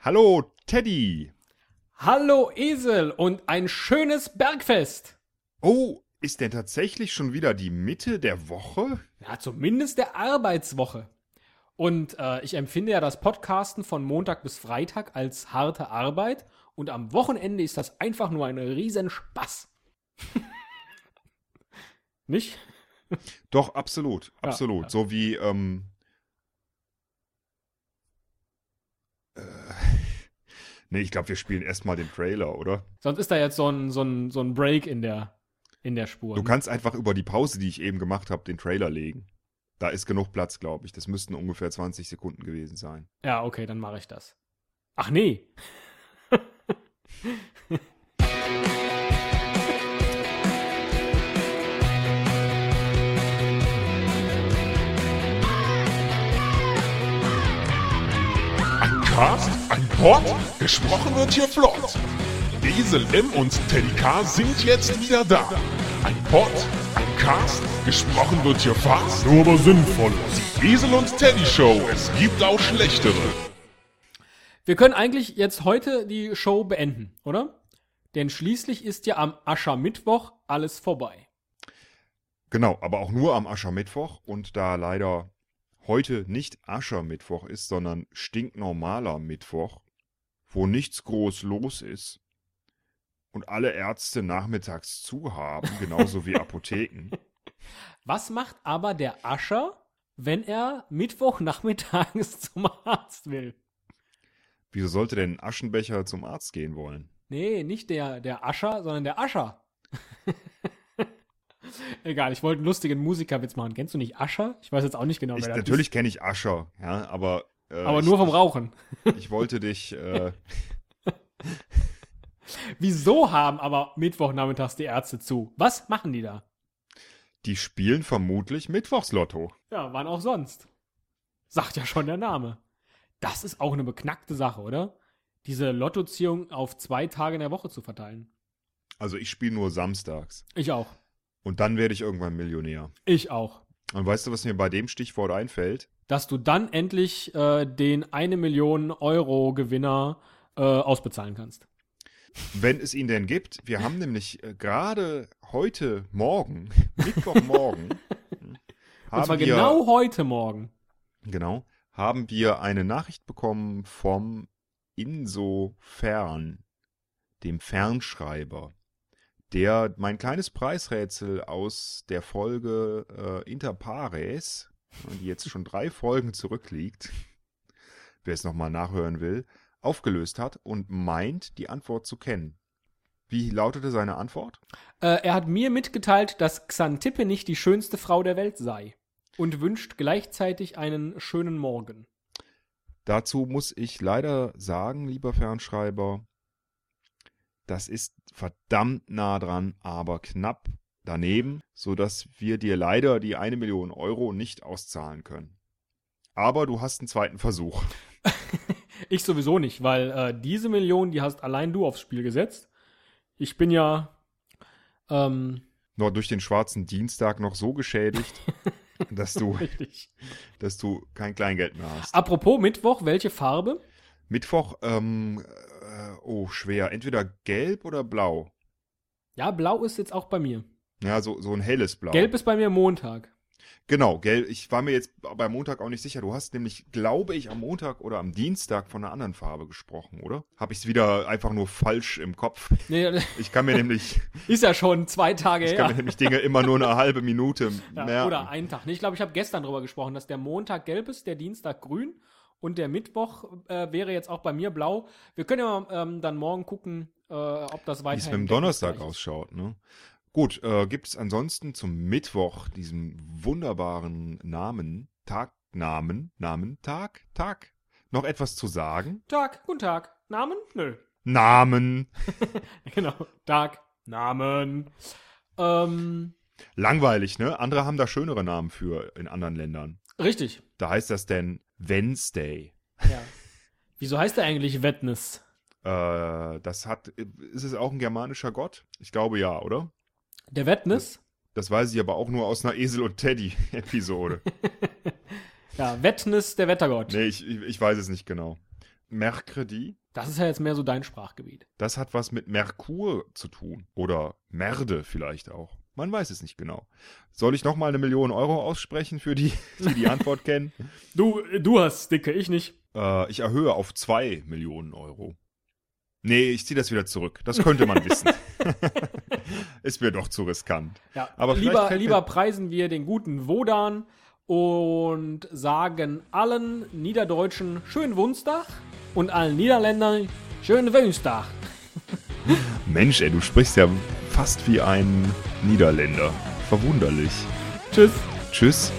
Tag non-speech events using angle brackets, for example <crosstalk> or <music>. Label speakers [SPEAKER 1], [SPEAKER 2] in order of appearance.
[SPEAKER 1] Hallo, Teddy.
[SPEAKER 2] Hallo Esel und ein schönes Bergfest.
[SPEAKER 1] Oh, ist denn tatsächlich schon wieder die Mitte der Woche?
[SPEAKER 2] Ja, zumindest der Arbeitswoche. Und äh, ich empfinde ja das Podcasten von Montag bis Freitag als harte Arbeit und am Wochenende ist das einfach nur ein Riesenspaß. <laughs> Nicht?
[SPEAKER 1] Doch, absolut, absolut.
[SPEAKER 2] ja.
[SPEAKER 1] So wie, ähm, äh, <laughs> nee, ich glaube, wir spielen erstmal den Trailer, oder?
[SPEAKER 2] Sonst ist da jetzt so ein, so ein, so ein Break in der, in der Spur.
[SPEAKER 1] Du kannst einfach über die Pause, die ich eben gemacht habe, den Trailer legen. Da ist genug Platz, glaube ich. Das müssten ungefähr 20 Sekunden gewesen sein.
[SPEAKER 2] Ja, okay, dann mache ich das. Ach nee.
[SPEAKER 3] Cast, ein Pod, gesprochen wird hier flott. Esel M und Teddy K sind jetzt wieder da. Ein Pod, ein Cast, gesprochen wird hier fast, nur aber sinnvoll. Die Esel und Teddy Show, es gibt auch schlechtere.
[SPEAKER 2] Wir können eigentlich jetzt heute die Show beenden, oder? Denn schließlich ist ja am Aschermittwoch alles vorbei.
[SPEAKER 1] Genau, aber auch nur am Aschermittwoch. Und da leider heute nicht Aschermittwoch ist, sondern stinknormaler Mittwoch, wo nichts groß los ist und alle Ärzte nachmittags zu haben,
[SPEAKER 3] <laughs>
[SPEAKER 1] genauso wie Apotheken.
[SPEAKER 2] Was macht aber der Ascher, wenn er Mittwochnachmittags <laughs> zum Arzt will?
[SPEAKER 1] Wieso sollte denn ein Aschenbecher zum Arzt gehen wollen?
[SPEAKER 2] Nee, nicht der, der Ascher, sondern der Ascher. <laughs> Egal, ich wollte einen lustigen Musikerwitz machen. Kennst du nicht Ascher? Ich weiß jetzt auch nicht genau,
[SPEAKER 1] Ich,
[SPEAKER 2] wer das
[SPEAKER 1] natürlich kenne ich Ascher, ja, aber. äh,
[SPEAKER 2] ist. Aber
[SPEAKER 1] ich,
[SPEAKER 2] nur vom Rauchen.
[SPEAKER 1] <laughs> Ich wollte dich. Äh,
[SPEAKER 2] Wieso haben aber Mittwochnachmittags die Ärzte zu? Was machen die da?
[SPEAKER 1] die spielen vermutlich Mittwochslotto.
[SPEAKER 2] Ja, wann auch sonst. Sagt ja schon der Name. Das ist auch eine beknackte Sache, oder? Diese Lottoziehung auf zwei Tage in der Woche zu verteilen.
[SPEAKER 1] Also ich spiele nur samstags.
[SPEAKER 2] Ich auch.
[SPEAKER 1] Und dann werde ich irgendwann Millionär.
[SPEAKER 2] Ich auch.
[SPEAKER 1] Und weißt du, was mir bei dem Stichwort einfällt?
[SPEAKER 2] Dass du dann endlich äh, den eine Million Euro Gewinner äh, ausbezahlen kannst.
[SPEAKER 1] Wenn es ihn denn gibt. Wir haben nämlich äh, gerade heute Morgen, <laughs> Mittwochmorgen,
[SPEAKER 2] <laughs> Und zwar
[SPEAKER 1] haben wir,
[SPEAKER 2] genau heute Morgen.
[SPEAKER 1] genau, haben wir eine Nachricht bekommen vom Insofern, dem Fernschreiber, der mein kleines Preisrätsel aus der Folge äh, Inter Pares, die jetzt schon drei <laughs> Folgen zurückliegt, wer es nochmal nachhören will, aufgelöst hat und meint, die Antwort zu kennen. Wie lautete seine Antwort?
[SPEAKER 2] Äh, er hat mir mitgeteilt, dass Xantippe nicht die schönste Frau der Welt sei. Und wünscht gleichzeitig einen schönen Morgen.
[SPEAKER 1] Dazu muss ich leider sagen, lieber Fernschreiber, das ist verdammt nah dran, aber knapp daneben, sodass wir dir leider die eine Million Euro nicht auszahlen können. Aber du hast einen zweiten Versuch.
[SPEAKER 2] Ich sowieso nicht, weil äh, diese Million, die hast allein du aufs Spiel gesetzt. Ich bin ja. Ähm, <laughs>
[SPEAKER 1] Nur durch den schwarzen Dienstag noch so geschädigt, dass du,
[SPEAKER 2] richtig.
[SPEAKER 1] dass du kein Kleingeld mehr hast.
[SPEAKER 2] Apropos Mittwoch, welche Farbe?
[SPEAKER 1] Mittwoch, ähm, äh, oh, schwer. Entweder gelb oder blau.
[SPEAKER 2] Ja, blau ist jetzt auch bei mir.
[SPEAKER 1] Ja, so, so ein helles Blau.
[SPEAKER 2] Gelb ist bei mir Montag.
[SPEAKER 1] Genau, gell, ich war mir jetzt bei Montag auch nicht sicher. Du hast nämlich, glaube ich, am Montag oder am Dienstag von einer anderen Farbe gesprochen, oder? Habe ich es wieder einfach nur falsch im Kopf.
[SPEAKER 2] Nee, <laughs>
[SPEAKER 1] Ich kann mir nämlich,
[SPEAKER 2] ist ja schon zwei Tage
[SPEAKER 1] ich kann mir
[SPEAKER 2] her.
[SPEAKER 1] nämlich Dinge immer nur eine halbe Minute merken.
[SPEAKER 2] Ja, oder einen Tag. Nee, Ich glaube, ich habe gestern drüber gesprochen, dass der Montag gelb ist, der Dienstag grün und der Mittwoch äh, wäre jetzt auch bei mir blau. Wir können ja ähm, dann morgen gucken, äh, ob das
[SPEAKER 1] Wie
[SPEAKER 2] weiterhin.
[SPEAKER 1] es mit dem Donnerstag ausschaut, ne? Gut, äh, gibt es ansonsten zum Mittwoch diesen wunderbaren Namen, Tag, Namen, Namen, Tag, Tag, noch etwas zu sagen?
[SPEAKER 2] Tag, guten Tag. Namen? Nö.
[SPEAKER 1] Namen,
[SPEAKER 2] <laughs> Genau. Tag, Namen. Ähm,
[SPEAKER 1] langweilig, ne? Andere haben da schönere Namen für in anderen Ländern.
[SPEAKER 2] richtig.
[SPEAKER 1] Da heißt das denn Wednesday.
[SPEAKER 2] Ja. <laughs> Wieso heißt er eigentlich Wetness?
[SPEAKER 1] Äh, das hat, ist es auch ein germanischer Gott? Ich glaube ja, oder?
[SPEAKER 2] Der Wetness?
[SPEAKER 1] Das weiß ich aber auch nur aus einer Esel- und Teddy-Episode.
[SPEAKER 2] Ja, Wetness, der Wettergott.
[SPEAKER 1] nee, ich, ich, ich weiß es nicht genau. Mercredi,
[SPEAKER 2] Das ist ja jetzt mehr so dein Sprachgebiet.
[SPEAKER 1] das hat was mit Merkur zu tun. Oder Merde vielleicht auch. Man weiß es nicht genau. Soll ich nochmal eine Million Euro aussprechen für die, die die Antwort kennen?
[SPEAKER 2] Du, du hast dicke, ich nicht.
[SPEAKER 1] Äh, ich erhöhe auf zwei Millionen Euro. Nee, ich ziehe das wieder zurück. Das könnte man wissen. Ist mir doch zu riskant.
[SPEAKER 2] Ja,
[SPEAKER 1] Aber vielleicht
[SPEAKER 2] lieber,
[SPEAKER 1] fällt mir-
[SPEAKER 2] lieber preisen wir den guten Wodan und sagen allen Niederdeutschen schönen Wunstag und allen Niederländern schönen Wünstag.
[SPEAKER 1] Mensch, ey, du sprichst ja fast wie ein Niederländer. Verwunderlich.
[SPEAKER 2] Tschüss.
[SPEAKER 1] Tschüss.